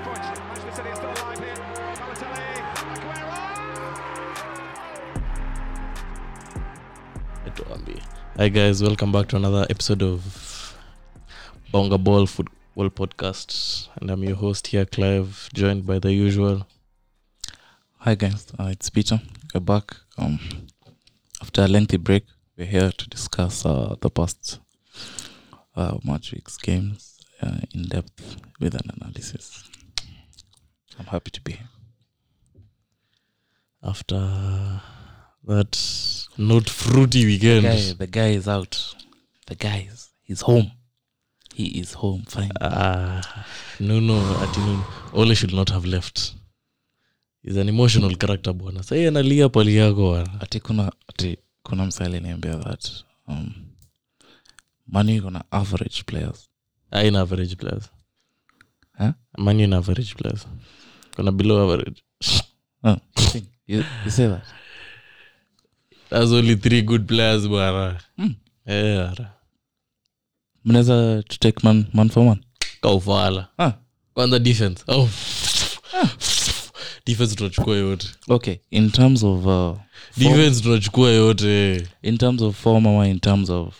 City are still alive here. Balotelli, Aguero! Etuambie. Hi guys, welcome back to another episode of Bonga Ball Football Podcast, and I'm your host here, Clive, joined by the usual. Hi guys, uh, it's Peter. We're back. Um, after a lengthy break, we're here to discuss uh, the past uh, match week's games uh, in depth with an analysis. I'm happy to be here. After that not fruity weekend, the guy is out. The guy is he's home. He is home. Fine. ah, Nuno ati Nuno Ole should not have left. He's an emotional character bwana. Sasa yeye analia pali yako bwana. ati kuna ati kuna msee aliniambia that um, Manu iko na average players. Haina Ah, average players. Huh? Man in average players. Kuna below average. Oh, you think- you, you say that? That's only three good players bwana. Hmm. Eh, ara. Mnaweza to take man, man for man. kaufala Ah, kwanza defense oh. defense tunachukua yote okay in terms of uh, form, defense tunachukua yote in terms of form ama in terms of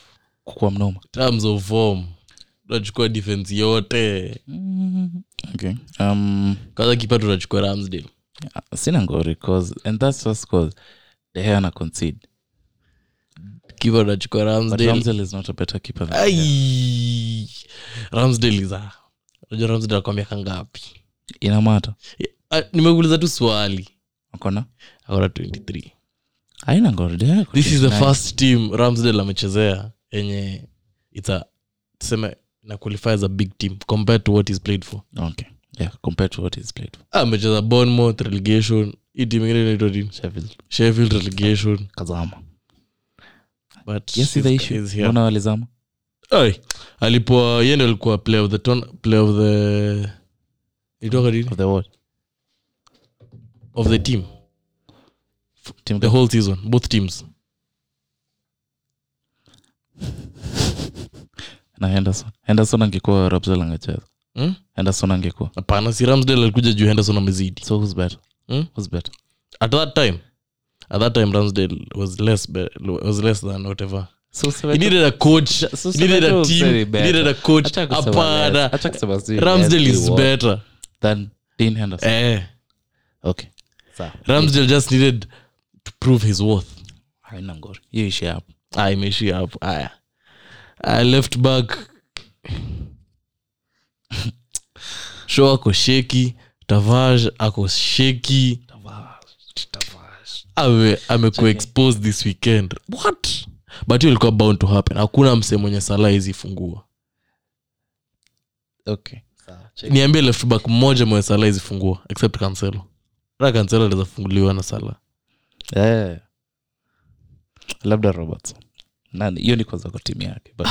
kukua mnoma terms of form tunachukua defense yote Mm-hmm. okay um kwanza kipa tunachukua ramsdale sina ngori cause and that's just cause the hair na concede kipa tunachukua but ramsdale Ramsdale is not a better keeper than Ai! ramsdale iza unajua ramsdale akwa miaka ngapi ina matter Ah, nimekuuliza tu swali akona akona 23 aina ngori the hair this is the first team ramsdale amechezea yenye its a tuseme na qualify as a big team compared to what is played for okay yeah compared to what he's played for amecheza Ah, bournemouth relegation hii timu ingine inaitwa nini? Sheffield sheffield relegation kazama but yes he's- the he's issue here. mbona walizama Ai, alipoa yeye ndio alikuwa player of the ton, player of the ilitoka nini of the world of the team team the whole season both teams na Henderson Henderson angekuwa Ramsdale angecheza Hmm? Henderson angekuwa hapana si ramsdale alikuja juu henderson amezidi so who's better Hmm? who's better at that time at that time ramsdale was less be, was less than whatever so he needed a coach So he needed Soweto a was team very he bad. needed a coach Acha kusema less. hapana Acha kusema si ramsdale less is we were better than Dean Henderson. eh Okay. Sawa. ramsdale just needed to prove his worth Haina ngori. Hiyo ishi hapo. Ah, imeishia hapo haya Ah, left back show ako sheki tavaj ako sheki ame amekuexpose this weekend what but hiyo ilikuwa bound to happen hakuna msee mwenye sala izifungua Okay. Sawa. niambie left back mmoja mwenye sala izifungua except kanselo ra kanselo aliweza funguliwa na sala Eh. Labda Robertson. Nani? Hiyo ni kwanza kwa timu yake. But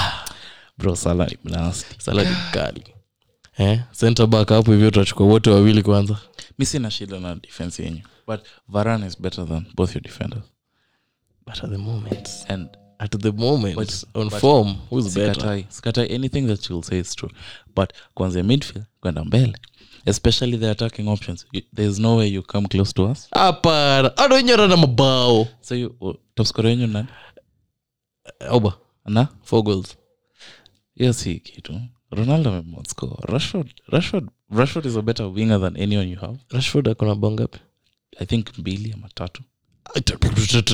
bro Salah ni nasty. sala ni mkali eh? center back hapo hivyo tutachukua wote wawili kwanza Mimi sina shida na defense yenyu. But Varane is better than both your defenders. but at the moment And at the moment But- on but- form who's better sikatai, sikatai anything that you'll say is true. But kuanzia midfield kwenda mbele especially the attacking options you, there's no way you come close to us hapana anaonyera na mabao so you, uh, top scorer yenyu ni nani oba na four goals hiyo si kitu ronaldo amemscore rashford rashford rashford is a better winger than anyone you have rashford akona bao ngapi i think mbili ama tatu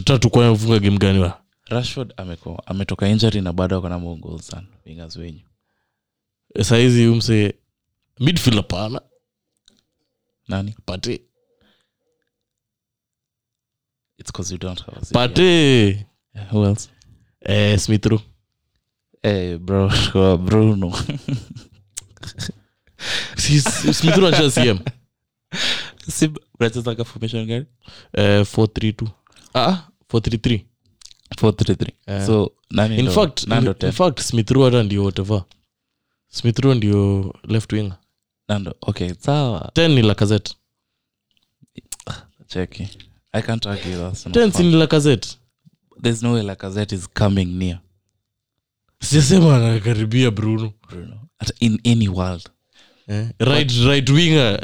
tatu kwani amefunga game gani wa rashford amekuwa ametoka injury na bado akona mogol sana wingers wenyu saizi umse midfield hapana nani pate its cause you don't have a CDM. pate Yeah, who else eh, smithro eh bro bruno smithro anacheza cm si unacheza ka formation gani eh, 432 ah 433 433 Eh. so nani in ndo- fact nani ndo in, in ten? fact smithro hata ndio whatever smithro ndio left winger Nani ndo- okay sawa 10 ni lacazette cheki i can't argue that it's not 10 si fun. ni lacazette there's no way lacazette is coming near sijasema anakaribia bruno bruno At- in any world eh? right, right winger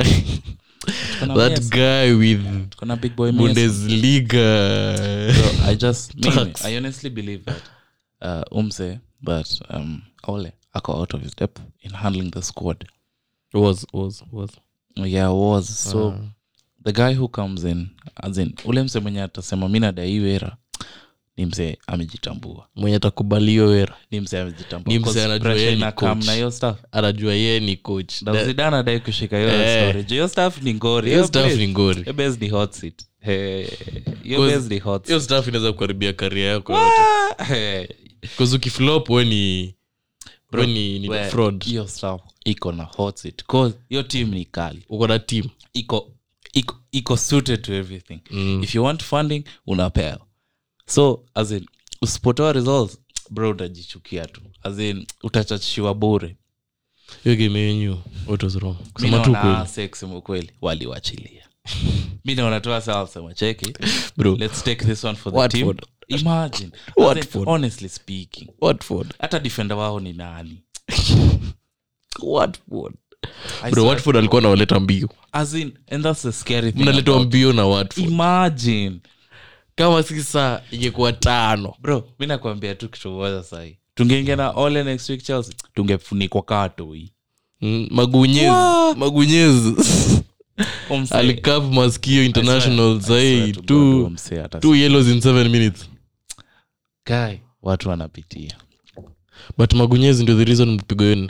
Kuna that Messi, guy with kuna big boy Messi. bundesliga So I just mimi, Facts. I honestly believe that uh, Umse that um, Ole ako out of his depth in handling the squad. was was was Yeah, was so Uh, the guy who comes in as in ule mse mwenye atasema mi nadaiwera ni mse amejitambua mwenye atakubaliwa wera ni mse amejitambua Ni mse 'Cause anajua pressure yeye ni inakam coach. na hiyo staff anajua yeye ni coach Na Zidane adai kushika hiyo Eh. story Juu hiyo staff ni ngori hiyo Hiyo staff place- ni ngori hiyo base ni hot seat Eh, hiyo Cause- base ni hot hiyo seat. staff inaweza kuharibia karia yako Ah, eh, bcause ukiflop we ni we ni, ni we- fraud hiyo staff iko na hot seat 'Cause hiyo team ni kali uko na team iko iko iko suited to everything Mm. if you want funding unapewa so as in usipotoa results bro utajichukia tu as in utachachishiwa bure hiyo game yenyu what was wrong mi kusema tu naona kweli sexima ukweli waliwachilia mi naona tu hasa wasema cheki bro let's take this one for the team Watford. imagine As in, Watford. honestly speaking watford hata defender wao ni nani watford I bro swear. watford alikuwa nawaleta mbio as in and that's the scary thing mnaletwa about- mbio na watford imagine kama si saa ingekuwa tano bro mi nakwambia tu kitu moja sahi tungeingia na ole next week chelsea tungefunikwa katoi Mm, magunyezi What? magunyezi alikap maskio international zai two, two yellows in seven minutes watu wanapitia but magunyezi ndio the reason mpigo yone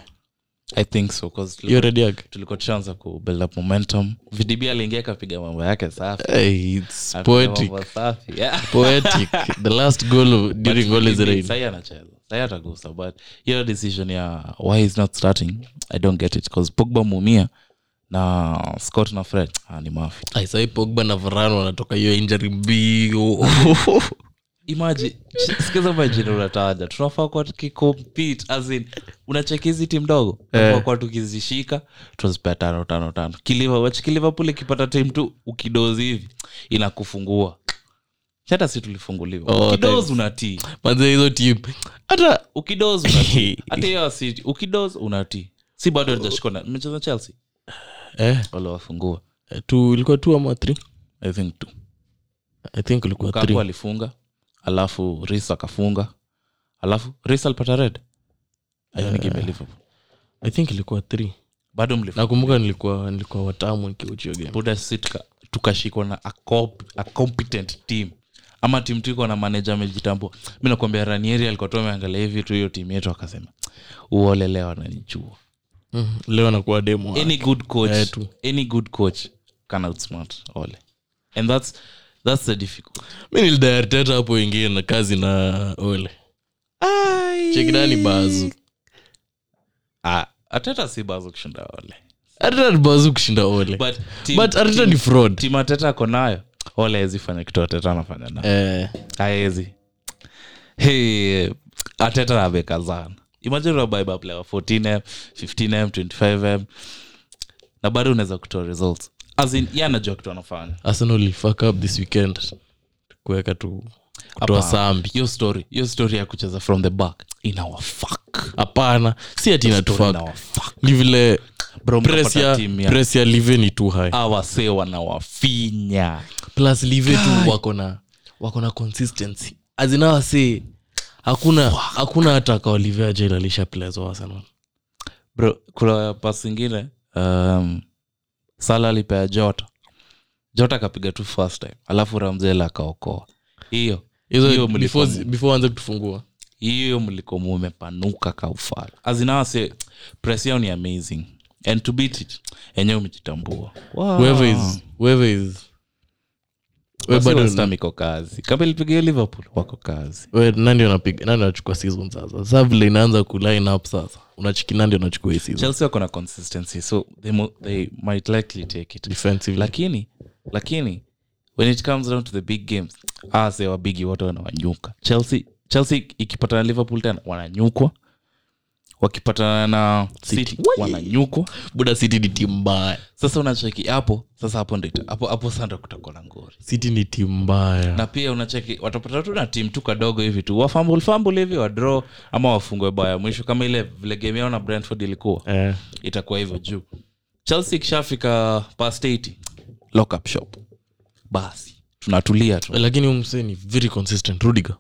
i think so 'cause tulikuwa- hiyo red yake tulikuwa tushaanza ku build up momentum vdb aliingia akapiga mambo yake safi hey, it's Akapiga poetic mambo safi. Yeah. poetic the last goal of, during But goal is VDB rain sahi anacheza sahi atagusa but hiyo decision ya why is not starting i don't get it bcause pogba muumia na scott na fred ah, ni mafi Ai, sahi pogba na varano wanatoka hiyo injury Oh, mbio imagine sikiza majini unataja tunafaa kuwa tukikompete as in unacheki hizi timu ndogo tunafaa Eh. kuwa tukizishika tunazipea tano tano tano kiliverpool ikipata timu tu ukidozi hivi inakufungua hata si tulifunguliwa Oh, thanks. ukidoz unatii manze hizo team hata ukidoz unatii hata hiyo si ukidoz unatii si bado hajashikwa na mmecheza chelsea eh, waliwafungua tu ilikuwa two ama three i think two i think ilikuwa Lukaku three alifunga alafu ris akafunga alafu ris alipata red i think yeah. liverpool Eh, i think ilikuwa three bado mlifunga nakumbuka nilikuwa nilikuwa watamu nikiuchio game buda sisi tuka- tukashikwa na a comp- a competent team ama timu tu iko na manager amejitambua mi nakwambia ranieri alikuwa tu ameangalia hivi tu hiyo timu yetu akasema uolelewa wananichua mm, leo anakuwa demo any good coach Eh, tu. any good coach can outsmart ole and that's that's the difficult mi nilidayarteta hapo ingie na kazi na ole chekidani bazu ah ateta si bazo kushinda ole arteta ni bazu kushinda ole but team, but arteta ni fraud team ateta ako nayo ole hawezi fanya kitu ateta anafanya nayo eh, aezi hey, ateta amekazana imagine unabaiba player wa 14m 15m 25m na bado unaweza kutoa results as in ye anajua kitu anafanya arsenal ilfuck up this weekend kuweka tu kutoa Hapana. sambi hiyo story hiyo story ya kucheza from the back inawafak hapana si ati inatufak ni vile Bro, press ya- mnapata timu ya- press ya live ni too high awase wanawafinya plus live tu wako na wako na consistency azinawasi hakuna hakuna hata akawalive ajailalisha players wa arsenal bro kuna pas ingine um, sala alipea jota jota akapiga tu first time alafu ramzela akaokoa hiyo hizo Hiyo mlikuwa before before anze kutufungua hiyo mlikuwa mumepanuka kaufala azinawase press yao ni amazing and to beat it enyewe umejitambua whoever is whoever is we bado webadostamiko kazi kama ilipigia liverpool wako kazi we nani anapiga nani anachukua season sasa sasa vile inaanza ku line up sasa unachiki nani anachukua hii season chelsea wako na consistency so they, mo- they might likely take it defensive like lakini lakini when it comes down to the big games ah, ase wabigi wote wanawanyuka chelsea chelsea ikipatana na liverpool tena wananyukwa wakipatana na city wananyukwa buda city ni timu mbaya sasa unacheki hapo sasa hapo ndo ita- hapo hapo sando kutakuwa na ngori city ni timu mbaya na pia unacheki watapata tu na timu tu kadogo hivi tu wafambulfambul hivi wadraw ama wafungwe baya mwisho kama ile vile game yao na brentford ilikuwa eh, itakuwa hivyo juu chelsea ikishafika past 80 lock up shop basi tunatulia tu lakini huyu msee ni very consistent rudiga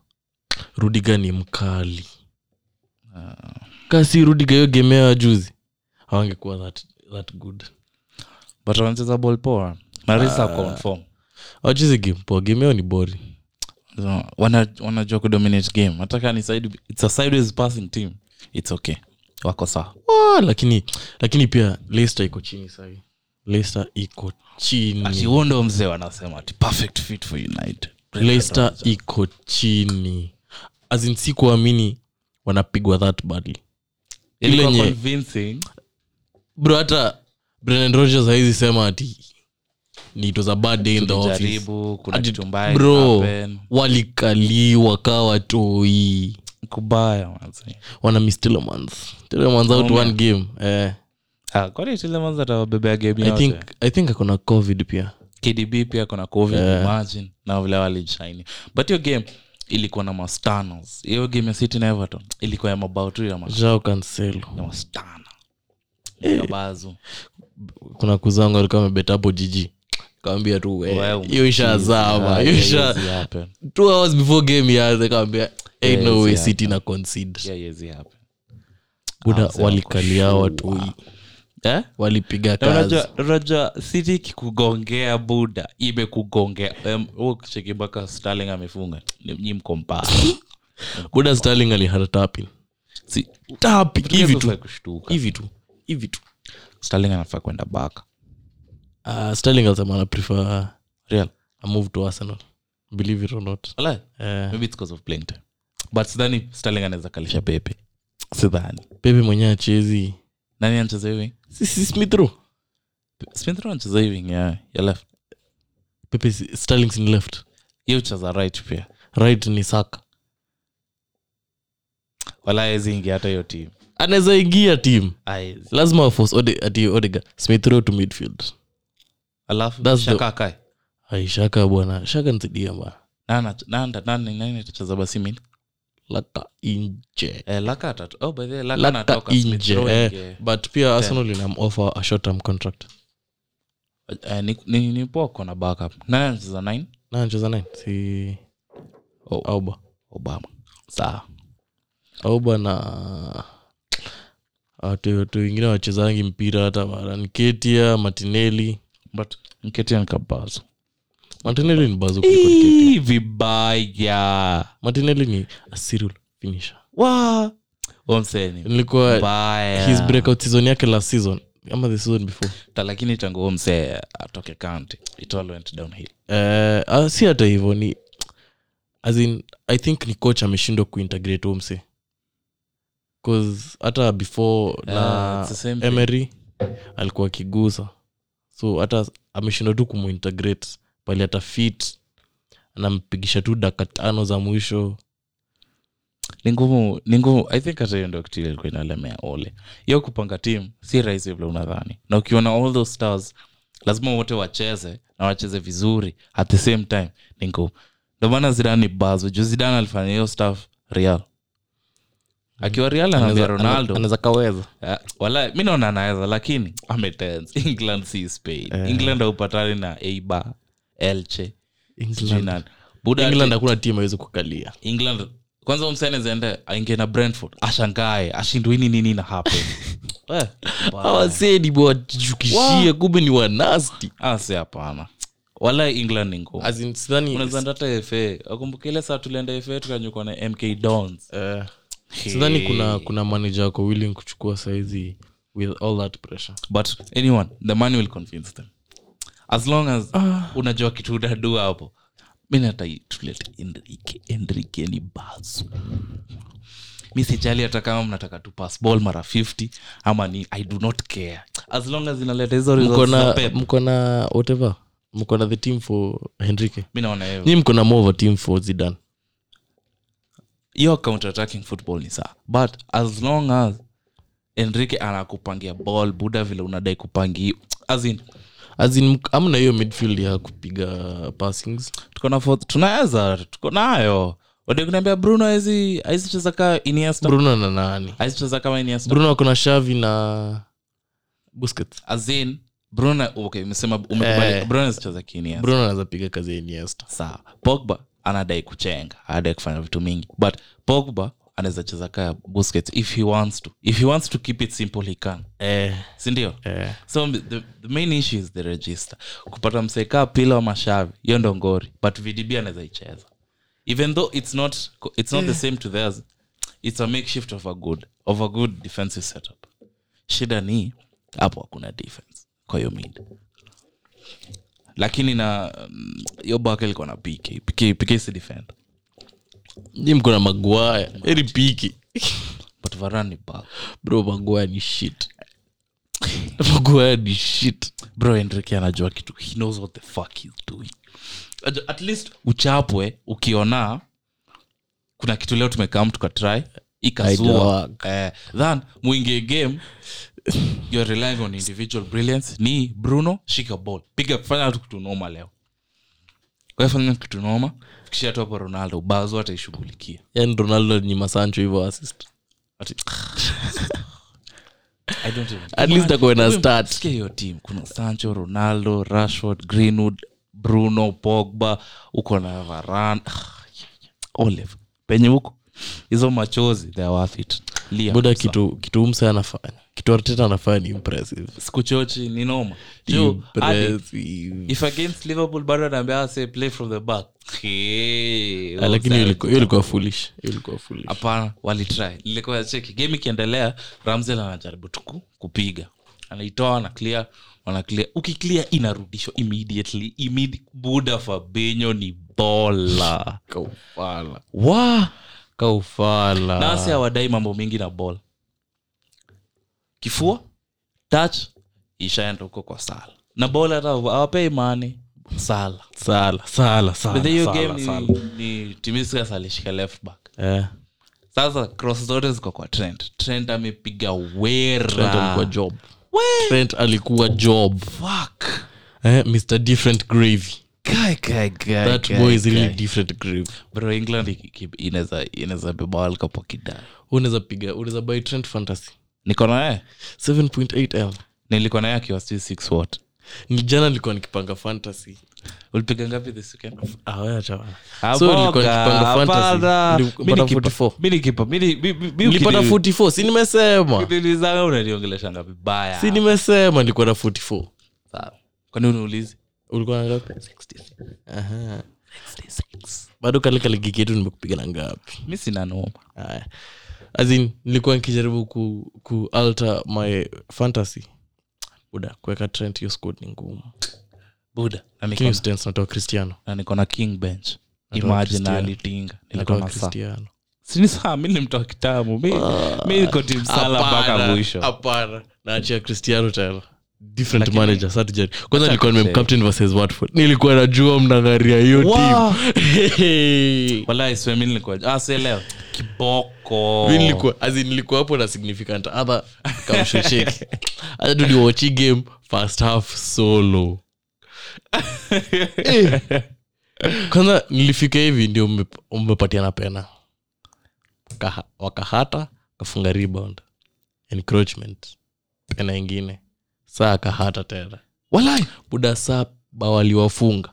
rudiga ni mkali kasi rudiga hiyo gemea juzi awangekuwa that, that good but wanacheza ball poa marisa uh, confirm awachezi game poa gemeo ni bori so, wana wanajua kudominate game hata kama ni side it's a sideways passing team it's okay wako sawa Ah, lakini lakini pia leicester iko chini sahi leicester iko ati chini huo ndo mzee wanasema ati perfect fit for united leicester iko chini azin si kuamini wanapigwa that badly ile Ilikuwa yenye- convincing bro hata brendan rogers haizi sema ati ni it was a bad day in the office jaribu kuna Ati- kitu mbaya bro happen. walikaliwa kawa toi kubaya manzi. wana miss telemans telemans out Aumia. one game eh, Ah, kwani Tillemans atawabebea game i yote think i think akona covid pia kdb pia kuna covid Yeah. imagine na vile walichaini but hiyo game ilikuwa na mastanos hiyo game ya city na everton ilikuwa ya mabao tu ya mas- jao kanselo ya mastana kabazu kuna kuzangu alikuwa amebeta hapo jiji kawambia tu we, Wewe ume- hiyo ishazama Ah, hiyo yeah, isha yes, it happen. two hours before game yaanze kawambia ain't Yeah, no way yeah. city na concede Eh, ah, Yeah, ah, yes, it happen. buda Arsenal walikalia kwa watu sure. Eh? walipiga Na kazi unajua- unajua city kikugongea buda imekugongea Em, huo kicheki mpaka starling amefunga Ni- nyi mko mbaya. buda starling alihata tapin Si- tapi hivi tu Tunafaa kushtuka. hivi tu hivi tu starling anafaa kwenda back uh, starling asema ana prefer real a move to arsenal believe it or not Walai. uh, maybe it's because of playing time but sidhani starling anaweza kalisha pepe sidhani pepe mwenyewe achezi nani anacheza hivi sisi smithro smith Rowe anacheza hivi ya, ya left pepe si- starling sin left hiyo ucheza right pia right ni saka wala awezi ingia hata hiyo team anaweza ingia team Hawezi. lazima force ode, ati odega smithro to midfield alafu That's the- shaka akae ai shaka bwana shaka nzidia ma nani nani- nani nani atacheza basi mini laka inje eh, laka atatu oh by the way laka laka anatoka Smith inje Rowe eh, ingie. but pia arsenal inamofa a short term contract eh, ni, ni, ni poa kona backup nani anacheza nine na anacheza nani si Oh. auba obama sawa auba na watu watu wengine wachezangi mpira hata mara niketia matineli but mketia nikabazo matineli ni bazo kuliko Nketiah. vibaya matineli ni a serial finisher wa eh, omseni nilikuwa his mbaya breakout season yake last season ama the season before Ta- lakini tangu huo msee atoke county it all went downhill Eh, ah, si hata hivyo ni as in, i think ni coach ameshindwa kuintegrate omse bcause hata before Ah, na it's the same thing. emery alikuwa akigusa so hata ameshindwa tu kumuintegrate pali hata fit anampigisha tu daka tano za mwisho ni ngumu ni ngumu i think hata hiyo ndo kitu ile ilikuwa inalemea ole hiyo kupanga tim si rahisi vile unadhani na ukiona all those stars lazima wote wacheze na wacheze vizuri at the same time ni ngumu ndo maana zidani bazo juu zidani alifanya hiyo staff real akiwa real anaambia Anaweza- ronaldo anaweza kaweza Ah, wala mi naona anaweza lakini ametens england si spain england haupatani na eiba elche sijui england nani. Buda ati- England hakuna timu awezi kukalia england kwanza umsenezende aingie na brentford ashangae ashindwini nini na hapo Eh, awasedi watukishie kumbe ni wanasti asi hapana wala england ni ngumu sidhani unawezaenda hata fa akumbuka ile saa tulienda fa tukanyukwa na mk dons Eh, sidhani kuna kuna manaje wako willing kuchukua saizi with all that pressure but anyone the money will convince them as long as Ah. unajua kitu unadua hapo mi hata tulete enrike enrike ni bazu mi sijali hata kama mnataka tu pass ball mara 50 ama ni i do not care as long as inaleta hizo mko results za na Pep, mko na whatever mko na the team for henrique mi naona hivyo nyi mko na more of a team for zidan hiyo counter attacking football ni saa but as long as enrike anakupangia ball buda vile unadai kupangia as in azin amna hiyo midfield ya kupiga passings tuko na fourth- tunaweza tuko nayo wade kuniambia bruno haizi haizi cheza ka iniesta bruno na nani haizi cheza kama iniesta bruno ako na shavi na busket azin bruno okay umesema umekubali Eh. bruno anacheza kini yes. bruno anaweza piga kazi ya iniesta sawa pogba anadai kuchenga anadai kufanya vitu mingi but pogba anaweza cheza kaya busquets if he wants to if he wants to keep it simple he can eh, sindio eh. so the, the main issue is the register kupata msekaa pila wa mashavi hiyo ndo ngori but vdb anaweza icheza even though it's not it's Eh. not the same to theirs it's a makeshift of a good of a good defensive setup shida ni hapo hakuna defense kwa hiyo mid lakini na mm, hiyo baka ilikuwa na pk pk pk si defend Nyi mko na magwaya eri piki but varan ni bak bro magwaya ni shit magwaya ni shit bro enrique anajua kitu he knows what the fuck he's doing At- at least uchapwe ukiona kuna kitu leo tumekam tukatry ikazua Haijawaka. eh, than mwingie game you're relying on individual brilliance ni bruno shika ball piga fanya tu kitu noma leo Wewe fanya kitu noma kisha tu hapo ronaldo bazo ataishughulikia yani Yaani ronaldo nyima sancho hivyo assist Ati- I don't even- At least ako na Wewe start. msikia hiyo team kuna sancho ronaldo rashford greenwood bruno pogba uko na varan olive penye huko hizo machozi they are worth it Liam, boda sawa. kitu kitu umse anafanya kitu arteta anafanya ni impressive sikuchochi ni noma Jo, Adi, impressive if against liverpool bado anaambia ase play from the back Hey, Ah, lakini hiyo offside. ilikuwa- hiyo ilikuwa foolish hiyo ilikuwa foolish hapana walitry lilikuwa cheki game ikiendelea ramsel anajaribu tuku kupiga anaitoa wana clear wana clear ukiclear inarudishwa immediately immedi buda fabenyo ni bola kaufala wa kaufala nasi hawadai mambo mengi na bol kifua touch ishaenda huko kwa sala na bol hata awapei mani sala sala sala bedhe sala hiyo sala, game sala. ni, ni timiskas alishika left back Eh, sasa cross zote ziko kwa trend trend amepiga Trent alikuwa wera job Trent alikuwa job eh, mr different gravy that boy is really different gravy bro england iki- iki- inaweza inaweza beba World Cup wakidai unaweza piga unaweza buy trent fantasy niko naye 7.8 m nilikuwa naye akiwa sijui six what ni jana nilikuwa nikipanga fantasy ulipiga ngapi this weekend Ah, wewe acha bana. So, Aboka, nilikuwa nikipanga fantasy. hapana. Mi Nilipata nikipa- 44. mi nikipa- mi ni- mi- mi- mi Nilipata ukini- 44 si nimesema ukinilizanga unaniongeleshanga vibaya. si nimesema nilikuwa na 44 Sawa. kwani uniulizi ulikuwa na ngapi Aha. bado kale kaligi ketu nimekupiga na ngapi mi sina noma Aya. As in, nilikuwa nikijaribu ku, ku alter my fantasy buda kuweka trend hiyo squad ni ngumu buda na niko Lakini na- Stones natoa cristiano na niko na king bench Natoa imagine Cristiano. alitinga nilikuwa natoa na saa cristiano sini saa mi ni mtu wa kitabu mi, mi niko tim sala mpaka Hapana, mwisho hapana naachia cristiano tena different Lakini- manager sa tujari kwanza nilikuwa tuseme. nimemcaptain versus watford nilikuwa najua mnang'aria hiyo Wow. timu Hey. Wallahi, swe mi nilikuwa aselewa kiboko Mi nilikuwa as in nilikuwa hapo na significant other kamshocheki hata tuliwachi game first half solo Eh. kwanza nilifika hivi ndio mmep- mmepatiana pena Kaha- wakahata kafunga rebound encroachment pena ingine saa akahata tena Wallahi, buda saa bawaliwafunga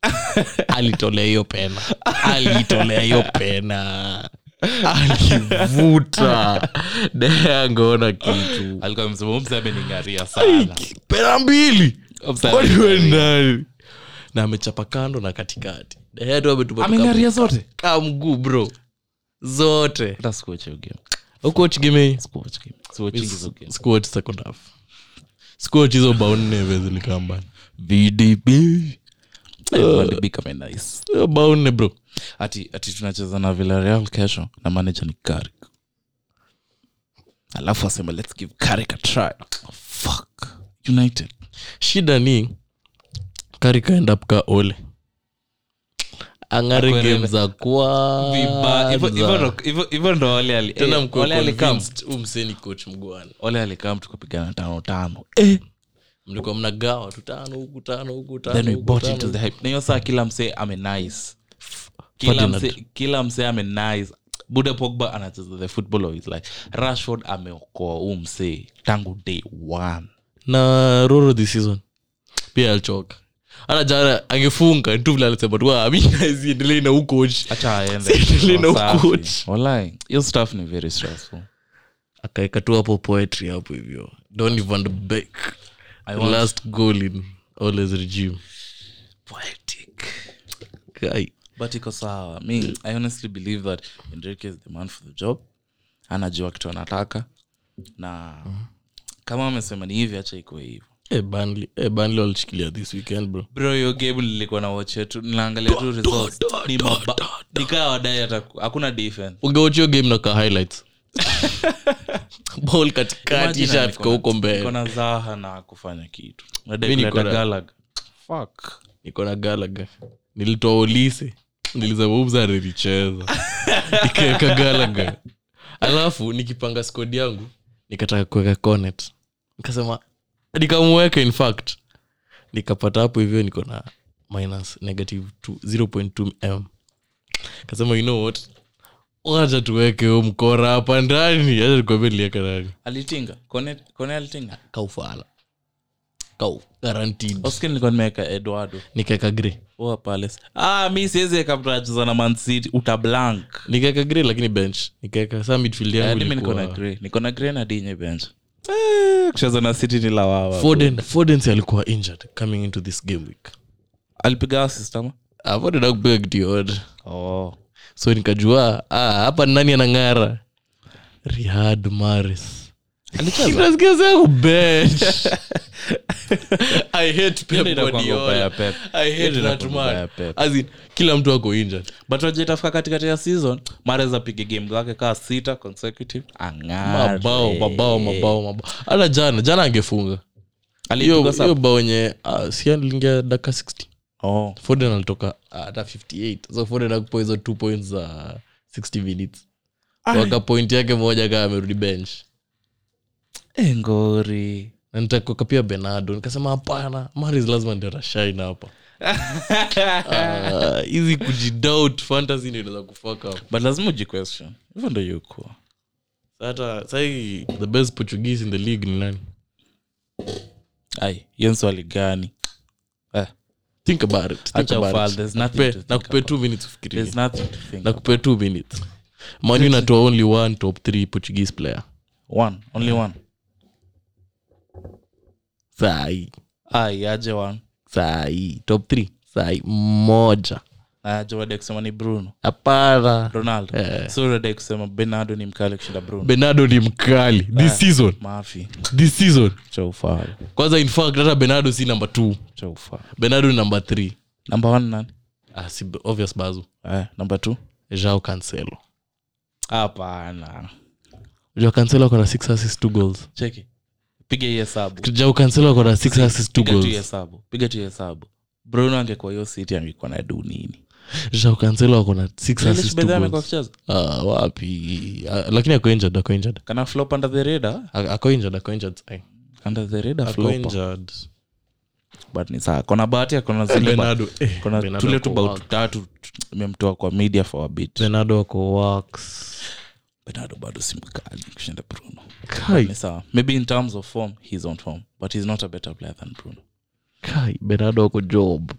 alitolea hiyo pena alitolea hiyo pena alivuta deangeona kitu alikuwa msemo mse ameningaria sana pena mbili Offside. waliwendani na amechapa kando na katikati dehetu ametupa amengaria zote ka mguu bro zote hata sikuocha hiyo game. ukuochigemei Sikuocha game. Sikuochingi hizo game. squat second half squat hizo bao nne vezilikamba Ilikuwa ni big kama nice. bao nne bro ati ati tunacheza na villarreal kesho na manager ni karik alafu asema let's give karik a try Oh, fuck united shida ni kari kaenda pka ole ang'are Akwere- game za Vibaya. Hivyo- hivyo kwanza ndo- hivyo- hivyo ndo ole ali- tena eh, mkuwe ole alikam convinced huu msee ni coach mgwana ole alikam tukapigana tano tano mlikuwa mnagawa tu tano huku tano huku then tano we huku, bought into tano the hype na hiyo saa kila msee ame nice kila Ferdinand. msee kila msee ame nice buda pogba anacheza the football of his life rashford ameokoa huu msee tangu day one na roro this season pia alichoka hata jana angefunga tu vile alisema tu "Ah, mi siendelee na ukoch acha Siendelee na aende ukochi. walai hiyo staff ni very stressful akaeka tu hapo poetry hapo hivyo Donny van de Beek I the want- last goal in Ole's regime poetic Kai. but iko sawa mi i honestly believe that enrique is the man for the job anajua kitu anataka na kama amesema ni hivi acha ikuwe hivo Eh, Burnley eh, Burnley walishikilia this weekend bro bro hiyo game nilikuwa na watch yetu naangalia tu results. Ni maba- nikaa wadai hata ku- hakuna defense ungewachio game na ka highlights ball katikati Imagine ishafika niko na- huko niko mbele na zaha na kufanya kitu nadai Mi niko kuleta na- Gallagher. Fuck. niko na galaga nilitoa olise nilizabubzarilicheza nikaweka galaga alafu nikipanga skodi yangu nikataka kuweka conet nikasema nikamweka in fact nikapata hapo hivyo niko na minus negative two- 0.2 m kasema you know what wacha tuweke huo mkora hapa ndani acha tukwambia nilieka ndani alitinga kone Kone alitinga kaufala kau guaranteed oskin nilikuwa nimeweka eduardo nikaeka grey oa palace ah mi siwezi weka mtu anacheza na man city uta blank nikaeka grey lakini bench nikaeka saa midfield Eh, yangu mimi niko na ilikuwa- grey niko na grey na dinye bench Eh, kucheza na city ni la wawa Foden Foden si alikuwa injured coming into this game week alipiga assist ama Ah, Foden hakupiga kitu yoyote. oh so nikajua ah, hapa ni nani anang'ara Riyad Mahrez Nasikia zangu bench. Yaani I hate Pep Yaani Ndio inakuwa Guardiola. ngoma ya Pep. I hate Ndio that inakuwa man. ngoma ya Pep. As in, kila mtu ako injured Ah, but waje itafika katikati ya season marez apige game zake kaa sita consecutive Ah, ang'are mabao mabao mabao mabao hata jana jana angefunga hiyo alipiga hiyo sub bao yenye ah, si aliingia dakika 60 oh foden alitoka ah, hata 58 so foden akupo hizo two points za 60 minutes Ah, waka point yake moja kaa amerudi bench eh, ngori na nitakuweka pia benado nikasema hapana maris lazima ndio atashaina hapa Ah, hizi kujidoubt fantasy ndio inaweza kufaka hapo. but lazima ujiquestion hivyo ndo yukuwa Sa hata sahii the best portuguese in the league ni nani ai hiyo ni swali gani eh, think about it, think Acha about ufal, it. there's nothing Nakupe- to think nakupe about. two minutes ufikirie there's nothing to think nakupe two minutes manu inatoa only one top three portuguese player one only one sahii ai aje one sahii top three sahii moja Na aje wadai kusema ni bruno hapana ronaldo Eh. so wadai kusema benardo ni mkali kushinda bruno benardo ni mkali this season mafi this season cha ufala kwanza in fact hata benardo si number two cha ufala benardo ni number three namba one nani ah, si obvious bazu eh, namba two jao cancelo hapana jao cancelo ako na six assist two goals cheki piga hii hesabu jao cancelo ako na six assist two piga tu hii goals hesabu piga tu hii hesabu bruno angekuwa hiyo city angekuwa na du nini jao cancelo ako na six assist two bedha amekuwa goals akicheza ah, wapi ah, lakini ako injured ako injured kana flop under the radar A- ako injured ako injured sai. under the radar ako flop injured but ni saa kona bahati akona zile ba- Bernardo, eh, kona Bernardo tule ako tu bao work. tatu imemtoa kwa media for a bit benardo ako works benado bado si mkali kushinda bruno kai ni sawa maybe in terms of form he's on form but he's not a better player than bruno kai benado ako job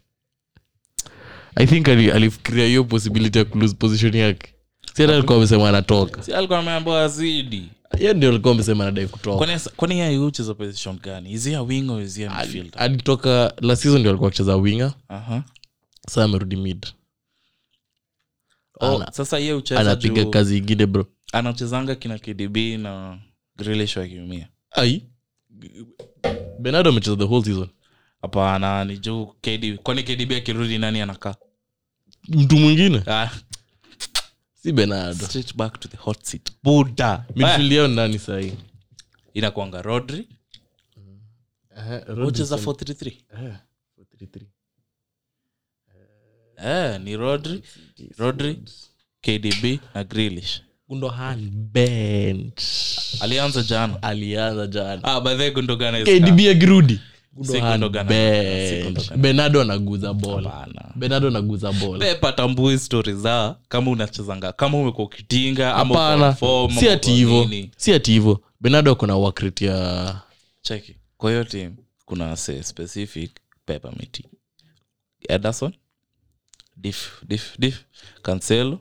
i think ali- alifikiria hiyo possibility ya kulose position yake si hata alikuwa amesema anatoka si alikuwa ameambiwa azidi ye ndio alikuwa amesema anadai kutoka Oh. Kwani- kwani yeye hucheza position gani is he a wing or is he a midfielder alitoka la season ndio alikuwa akicheza winger Aha. saa amerudi mid Oh, Ana- sasa yeye hucheza anapiga juu kazi ingine bro anachezanga kina kdb na grilish wakiumia ai benado amecheza the whole season hapana ni juu KDB. kwani kdb akirudi nani anakaa mtu mwingine ah, si benado straight back to the hot seat buda midfield yao ni nani sahii inakwanga rodri hucheza 433 eh, ni rodri rodri kdb na grilish gundohan bench alianza jana alianza jana ah, by the way, Gundogan is- kdb akirudi Gundogan. Si Gundogan. benado anaguza bola Hapana. benado anaguza bola Pep atambui stori za kama unachezanga kama umekuwa ukitinga ama uko on hapana form, si ama ati uko hivo nini. si ati hivo benado akona wakreti ya cheki kwa hiyo team kuna wase specific pepamiti ederson dif dif dif cancelo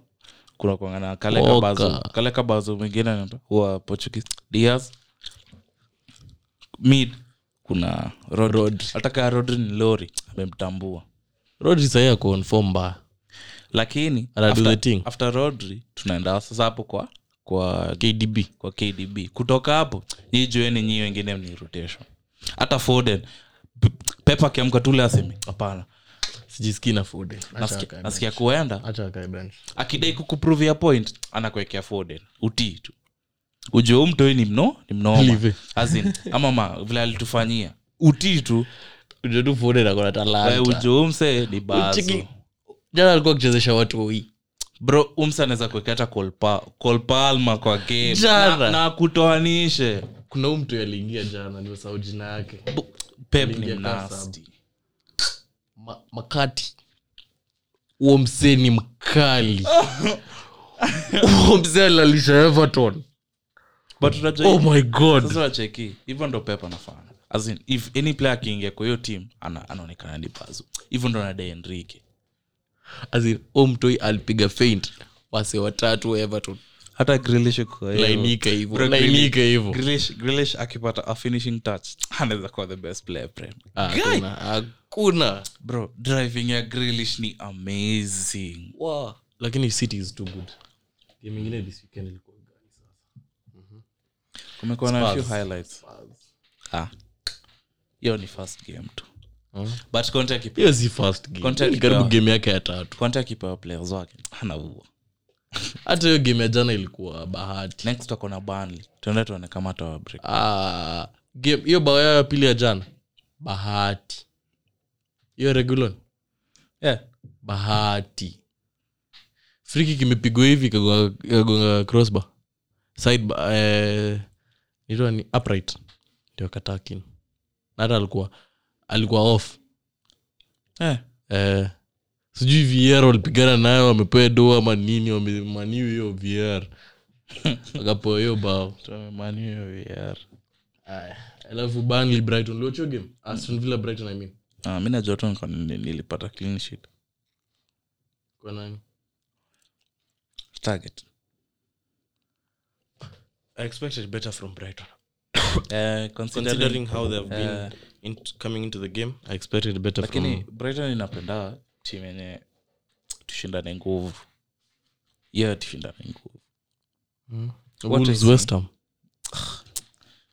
kuna kuangana kale Walker. kabazo kale kabazo mwingine anaitwa- huwa portuguese diaz mid kuna rod hata kaa rodri ni lori amemtambua rodri sahii akuonfom mbaya lakini Ana do the after, thing. after rodri tunaenda sasa hapo kwa kwa kdb kwa kdb kutoka hapo nyii jueni nyii wengine ni rotation hata foden P- pepa akiamka tule aseme hapana sijisikii na fude nasikia- nasikia kuenda Acha akae bench. akidai kukupruvia point anakuwekea foden utii tu ujue huu mtoi ni mno ni mnoma Live. As in, ama ma, vile alitufanyia utii tu Ujue tu Foden ako na we talanta. ujue umse ni bazo Uchiki- jana alikuwa akichezesha watu wawili. bro umse anaweza kuwekea hata Kolpa- kolpalma kwa game Jara. na, na akutoanishe kuna huu mtu aliingia jana nimesahau jina yake pep ni Aliingia kaa mnasti Ma- makati huo msee ni mkali huo msee alilalisha everton but unajua oh my god sasa wacheki hivyo ndo pep anafanya As in, if any player akiingia kwa hiyo team ana, anaonekana ni bazo hivyo ndo nadai enrique As in, huo mtoi alipiga faint wase watatu wa everton hata grilish kwa hiyo- Lainika hivyo, Bro, lainika Grealish- hivyo. Grealish- Grealish akipata a finishing touch anaweza kuwa the best player prem Ah, hakuna hakuna. bro driving ya grilish ni amazing Wow. lakini city is too good game ingine this weekend ilikuwa gani sasa kumekuwa na few Spurs. highlights ah hiyo ni first game tu but conte akipewa hiyo si first game Hiyo Contact ni karibu draw. game yake ya tatu conte akipewa players wake anaua hata hiyo game ya jana ilikuwa bahati next wako na banli tuende tuone kama tawa break Ah, game hiyo bao yao ya pili ya jana bahati hiyo regulon yeah. bahati friki kimepigwa hivi ikagonga ikagonga crossbar side ba- eh, ilikuwa ni upright ndio katakin na hata alikuwa alikuwa off Yeah. eh, sijui vr walipigana nayo wamepewa do ama nini wamemaniu hiyo vr akapewa hiyo bao Aya. alafu banly brighton liocho game aston villa brighton i mean Ah, mi najua tu niko- ni- nilipata clean sheet kwa nani target I expected better from Brighton. eh, considering Considering how they have been in, coming into the game, I expected better lakini Mm. from. brighton inapenda timu yenye tushindane nguvu yeah tushindane nguvu What Wolves, I see. West Ham.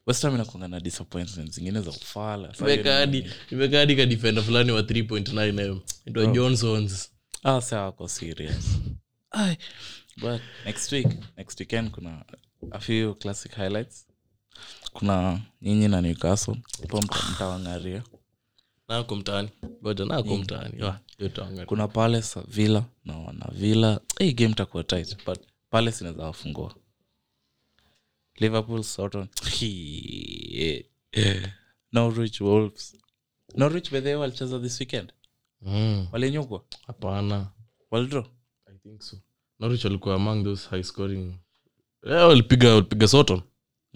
westam inakuanga na disappointment zingine za ufala Sasa Nimeweka hiyo hadi- ni- nimeweka hadi kadifenda fulani wa 3.9 em itwa johnsons ah sa wako serious Ai, but next week next weekend kuna a few classic highlights kuna nyinyi na newcastle po mtawang'aria nako mtaani ngoja nako mtaani Ah, hiyo tutaangalia. kuna palace villa na wana villa hii game takuwa tight but palace inaweza wafungua liverpool soton norwich wolves norwich bedhe walicheza this weekend Mm, walinyukwa hapana walidraw i think so norwich walikuwa among those high scoring eh, walipiga walipiga soton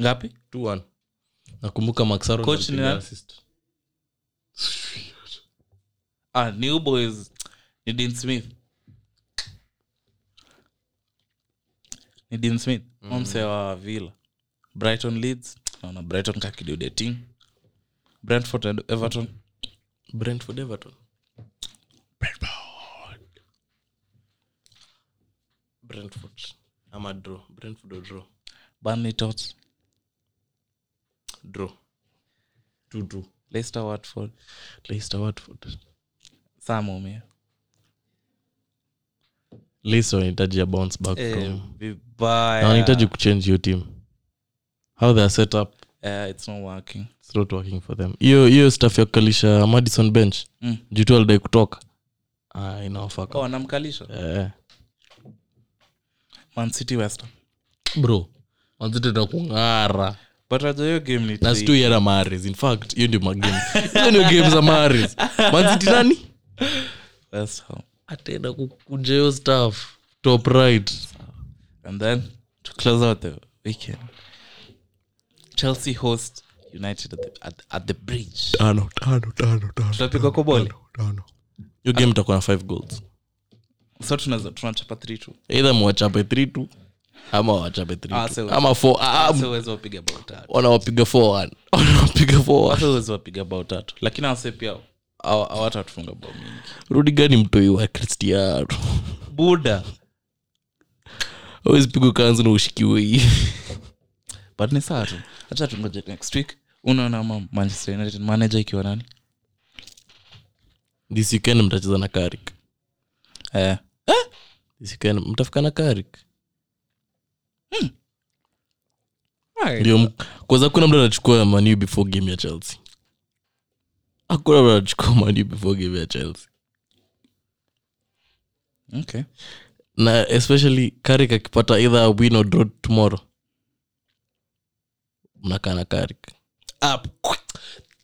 ngapi 2-1 nakumbuka maxaro Coach ni nani? ah, new boys ni dean smith ni dean smith omse wa villa brighton leads naona brighton kakidudeting brentford and everton brentford everton Brentford. I'm a draw. Brentford or draw. Burnley Tots, Draw. 2-2 Leicester Watford, leicester watford Sam Omea. leicester wanahitaji ya bounce back Eh, from na wanahitaji vibaya. kuchange hiyo team how they are set up Eh, it's not working. it's not working for them hiyo hiyo staff ya kukalisha madison bench Mm. juu tu alidai kutoka ah, inawafaka Oh, anamkalisha. eh. Man City West. Ham. bro wanzito na kung'ara But Raja, hiyo game ni na three. situ yara maris in fact hiyo ndio magame hiyo ndio game za maris manziti nani West Ham. atenda kukunja hiyo staff top right And then to close out the weekend, Chelsea host united at the, at, at the bridge tano tano tano tano tutapigwa koboli tano hiyo game itakuwa na five goals so tunaweza- tunachapa 3 tu eidha mwachape 3 tu ama wachape 3 Ah, tu. so- ama four- ah, ah, Sasa uwezo wapiga bao tatu wanawapiga 4-1 wanawapiga 4-1 Sasa uwezo wapiga bao tatu lakini awase pia hawa- hawatatufunga bao mingi rudiga ni mtoi wa cristiano buda awezi pigwa kanzu na ushikiwe hivi but ni saa tu hacha tungoje next week unaona ama manchester united manager ikiwa nani this weekend mtacheza na karik eh, this weekend mtafika na karik ndio kwanza kuna mtu anachukua manu before game ya chelsea hakuna mtu anachukua manu before game ya chelsea okay na especially karik akipata either win or draw tomorrow mnakaa na karik up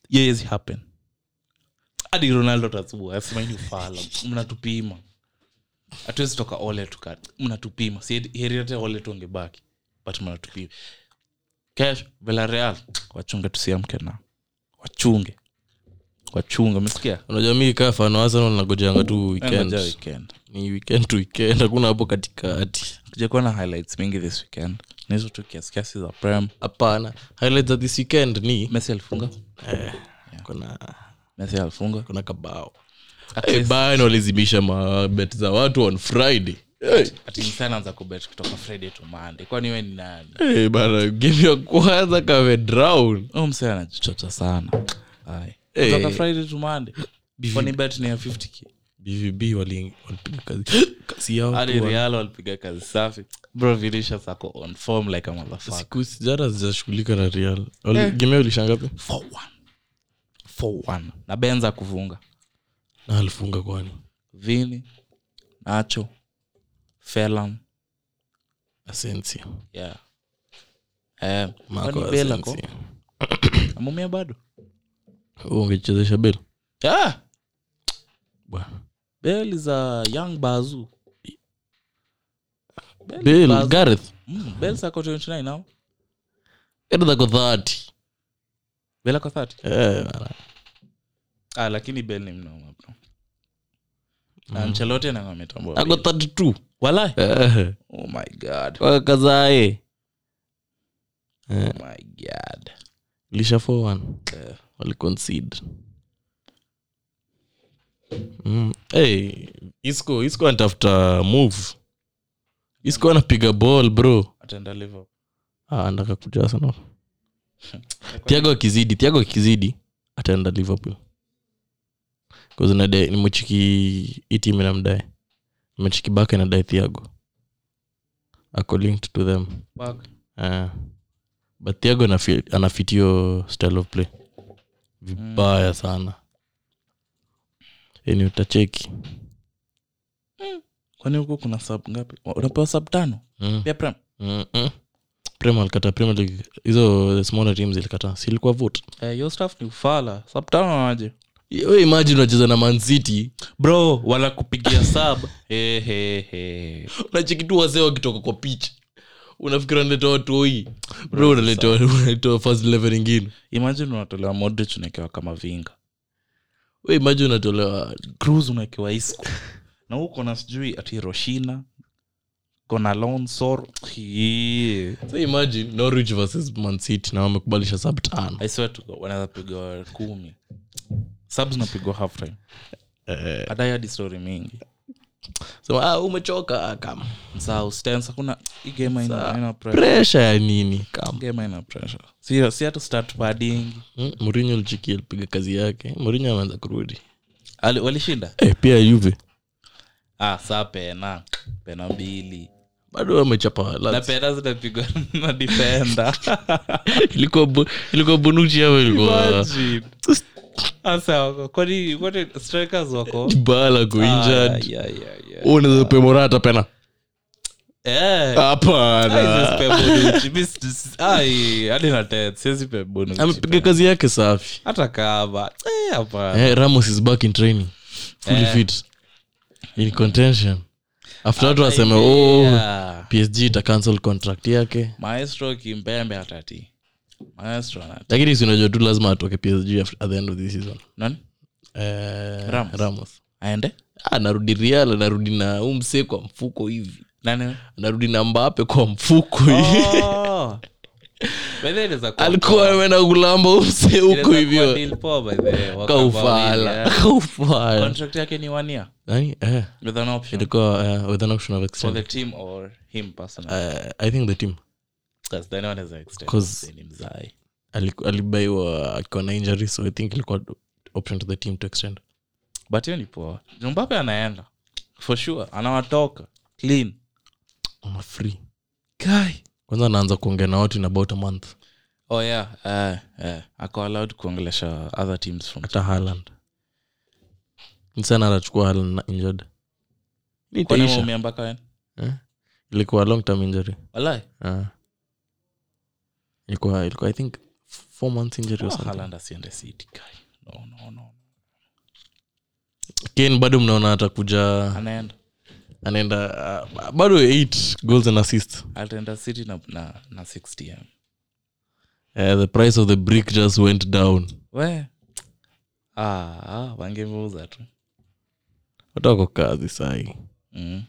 yeyezi happen hadi ronaldo tazua asimaini ufala mnatupima hatuwezi toka ole tuka mnatupima Si heri hata ole tungebaki but mnatupima kesh velareal wachunge tusiamke na wachunge wachunge umesikia unajua mi kafa arsenal nagojanga tu Ngoja weekend weekend ni weekend to weekend hakuna hapo katikati tujakuwa na highlights mingi this weekend nizo tu kiasi kiasi za prem hapana highlights za this weekend ni mesi alifunga kuna mesi alifunga kuna kabao At hey, least- Bayern walizimisha mabet za watu on friday hey. atinisanaanza kubet kutoka friday to monday kwani we ni nani Hey, Eh, bana game ya kwanza kame drown huyu msee anajichocha sana Eh. kutoka friday to monday kwani bet ni ya 50k bvb wali- walipiga kazi kazi yao hadi tu. real walipiga kazi safi bro vilisha sako on form like a motherfucker siku sijara zijashughulika na real Wali- game yao ilishangapi 4-1 4-1 na benza kufunga na alifunga kwani vini nacho felam asensi yeah eh Marco kwani bela ko Asensio. amumia bado Wewe ungechezesha bel ah bwana bel is a young bazu bel Eh, Buzz- gareth mm, bel sako 29 now gareth ako 30 bel ako 30 Eh, bana. ah, lakini bel ni mnoma bro mm. mchelote nangametambua ako 32 walai Eh, oh my god wakazae oh my god lisha 41 Eh. waliconcede mm. hey, isco isco anatafuta move isco anapiga ball bro ataenda liverpool ah, anataka kuja arsenal tiago akizidi tiago akizidi ataenda liverpool Cause inadai- nimechiki hii timu inamdai nimechiki baka inadai tiago ako linked to them Fuck. uh, but tiago anafi- anafit hiyo style of play vibaya sana yani utacheki kwani huku kuna sub ngapi Wa- unapewa sub tano Mm, pia prem mm-mm. Premier alikata premier league hizo smaller teams zilikataa silikuwa vote Eh, hiyo staff ni ufala sub tano aje we imagine unacheza na mancity bro wala kupigia sub hehehe unacheki tu wazee wakitoka kwa pitch unafikira unaleta watoi bro unaleta unaleta first level ingine imagine unatolewa modric unaekewa kama vinga we imagine unatolewa cruz unaekewa isco na huko na sijui ati roshina kona lonsor yeah. so imagine norwich versus mancity na wamekubalisha sub tano I swear to God, wanaweza pigwa kumi subs napigwa halftime adai hadi story mingi sema ah, umechoka ah, kama msahau stance hakuna hii game haina- haina pressure pressure ya nini kama game haina pressure si si hata start padding Mm, Mourinho alichiki alipiga kazi yake Mourinho ameanza kurudi Ali- walishinda eh, pia Juve ah saa pena pena mbili bado wamechapa na Lazio. pena zinapigwa na defender ilikuwa bu- ilikuwa Bonucci ama ilikuwa Imagine. Asa wako kwani kwani strikers wako Dybala ko Ah, injured yeah, yeah, yeah. Wewe unaweza pe Morata pena Eh, hapana siwezi pe Bonucci. Mi si- ai, hadi na tete, siwezi pe Bonucci. amepiga kazi yake safi hata kama eh, hapana. eh, Ramos is back in training fully Eh. fit in contention after watu waseme oh Yeah. PSG ita cancel contract yake maestro kimbembe atati Maestro ana- lakini si unajua tu lazima atoke psg after- at the end of the season nani? eh, Ramos. ramos Aende? ah, narudi real anarudi na umse kwa mfuko hivi Nani? anarudi na mbape kwa mfuko hivi Oh. By the way, inaweza kuwa- alikuwa amena kulamba umse inaweza huko kuwa hivyo deal poa by the way, wakawa kaufala wawili, eh. kaufala Contract yake ni one year Nani? Eh, with an option ilikuwa eh, with an option of for the extension. team or him personally. Eh, i think the team Because then wanaweza extend 'Cause- mseni mzai. Aliku- alibaiwa akiwa na injury so i think ilikuwa option to the team to extend but hiyo ni poa mbape anaenda for sure anawatoka clean ama free guy kwanza anaanza kuongea na watu in about a month oh yeah uh, uh, ako allowed kuongelesha other teams from hata haland msana atachukua haland na injured Kwani itaisha wameumia mpaka when? ilikuwa long term injury Walai? Ah. ilikuwa ilikuwa i think four months injury or Oh, something. Haaland asiende City, guy. No, no, no. Kane bado mnaona atakuja anaenda anaenda ah, bado 8 goals and assist ataenda city na, na, na 60 yeah. Eh, the price of the brick just went down we ah, ah, wangemuuza tu watako kazi sahi mm.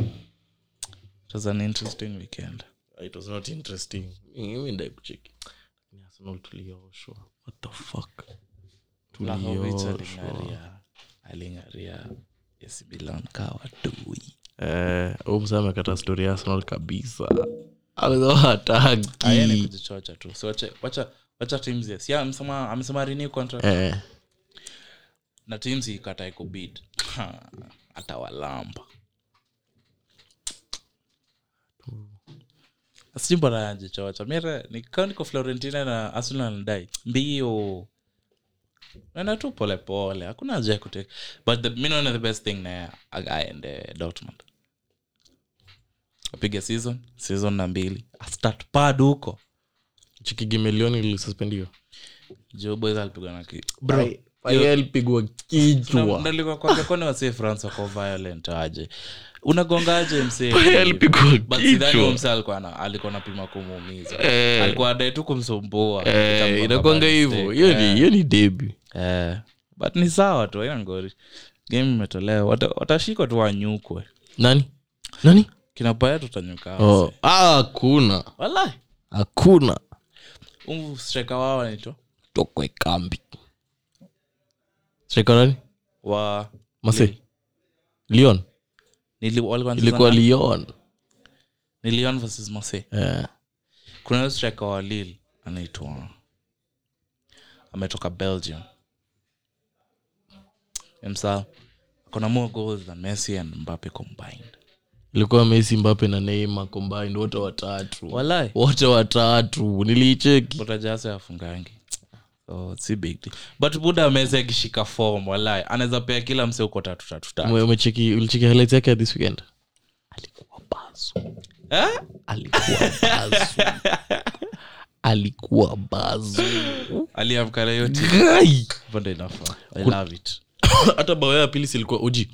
it was an interesting weekend it was not interesting mimi ndai kucheki Lakini arsenal tulioshwa what the fuck Vlahovic tulioshwa aling'aria aling'aria AC Milan kawa dui eh umsa amekata story ya arsenal kabisa alikuwa hataki kujichocha tu so wacha- wacha- wacha teams yes. Yeah, amesema- amesema renew contract eh na teams ikatae kubid atawalamba simbona ajichocha mira nikaaniko florentina na arsenal dai mbio naenda tu polepole hakuna haja ya kutek but the, mi naona the best thing na a- aende eh, dortmund apige season season na mbili astart pad huko chiki gimelioni lisuspendiwa juu boys alipigwa na ki- alipigwa kichwa ndalikuwa kwake kwani wasee france wako violent aje unagongaje Pale msee alipigwa but sidhani kichwa huyo msee alikuwa na- alikuwa napima kumuumiza Eh. alikuwa adae tu kumsumbua Eh, Kama inakwanga bad hivyo mistake. hiyo ni hiyo ni debi Eh, but ni sawa tu haina ngori game imetolewa Wata- watashikwa tu wanyukwe nani nani kinapaya tutanyuka oh ah hakuna wala hakuna umstreka wao naitwa tokwe kambi streka nani wa Marseille? Lyon Nili- walikuwa wanacheza ilikuwa na- Lyon ni Lyon versus Marseille eh kuna striker wa lil anaitwa ametoka belgium msa akona more goals than messi and mbape combined ilikuwa Messi Mbappe na Neymar combined wote watatu walai wote watatu nilicheki utajasa afungangi so si big deal. but buda ameweza akishika form walai anaweza pea kila mse huko tatu tatu tatu Ume- umecheki ulicheki highlights yake ya this weekend Eh? alikuwa bazu alikuwa bazu aliamka na hiyo team. Gai! Hapo ndo inafaa i love it hata bao ya pili silikuwa uji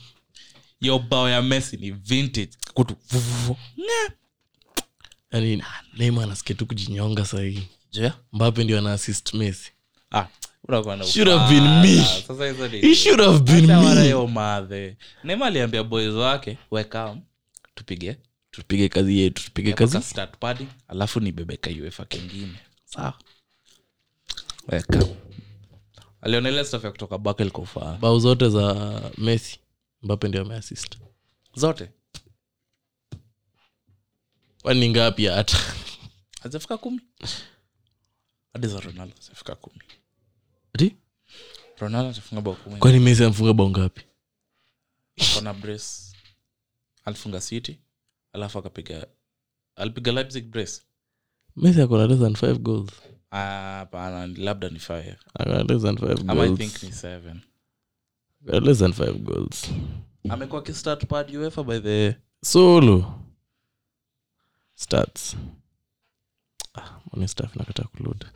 yo bao ya messi ni vintage kutu vuvuvu. Nga. yani Yaani, Neymar anasikia tu kujinyonga sahihi Je? Mbappe ndio ana assist Messi Ah, unakuwa na Should have been me. upala. Sasa hizo ni- It should have been Acha wala me. hiyo madhe nema aliambia boys wake wekam tupige tupige kazi yetu tupige kazi Kazi? start party alafu nibebeka uefa kengine sawa wekam alionelea stuff ya kutoka bakel kufaa bao zote za messi mbape ndio ameasist zote kwani ngapi hata azifika kumi hadi za ronaldo azifika kumi Ati? ronaldo atafunga bao kumi kwani messi amfunga bao ngapi kona brace alifunga city alafu akapiga alipiga leipzig brace messi akona less than 5 goals Ah, hapana labda ni five akona less than 5 ama i goals think ni seven Akona less than 5 goals amekuwa kistart pad uefa by the solo stats ah, mbona staff nakataa kuload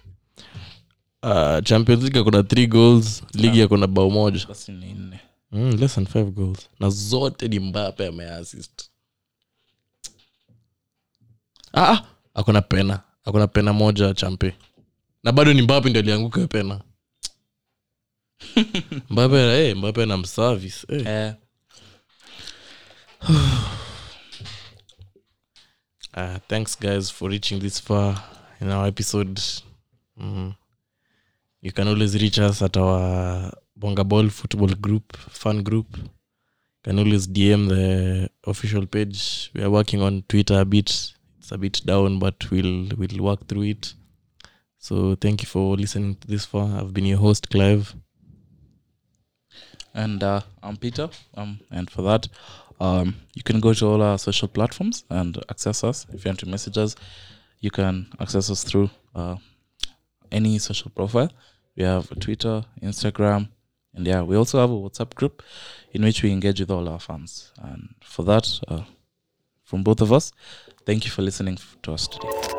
ah champions league akona 3 goals ligi akona bao moja basi ni nne mm, less than 5 goals na zote ni mbape ameasist ah, ah, akona pena akona pena moja champe na bado ni mbape ndio alianguka hiyo pena mbape hey, mbape eh, na mservice eh. Eh, Uh, thanks, guys, for reaching this far in our episode. Mm. You can always reach us at our Bonga Ball Football Group, fan group. You can always DM the official page. We are working on Twitter a bit. It's a bit down, but we'll we'll work through it. So thank you for listening to this far. I've been your host, Clive. And uh, I'm Peter. Um, and for that, um, you can go to all our social platforms and access us. If you want to message us, you can access us through uh, any social profile. We have Twitter, Instagram, and yeah, we also have a WhatsApp group in which we engage with all our fans. And for that, uh, from both of us, thank you for listening f- to us today.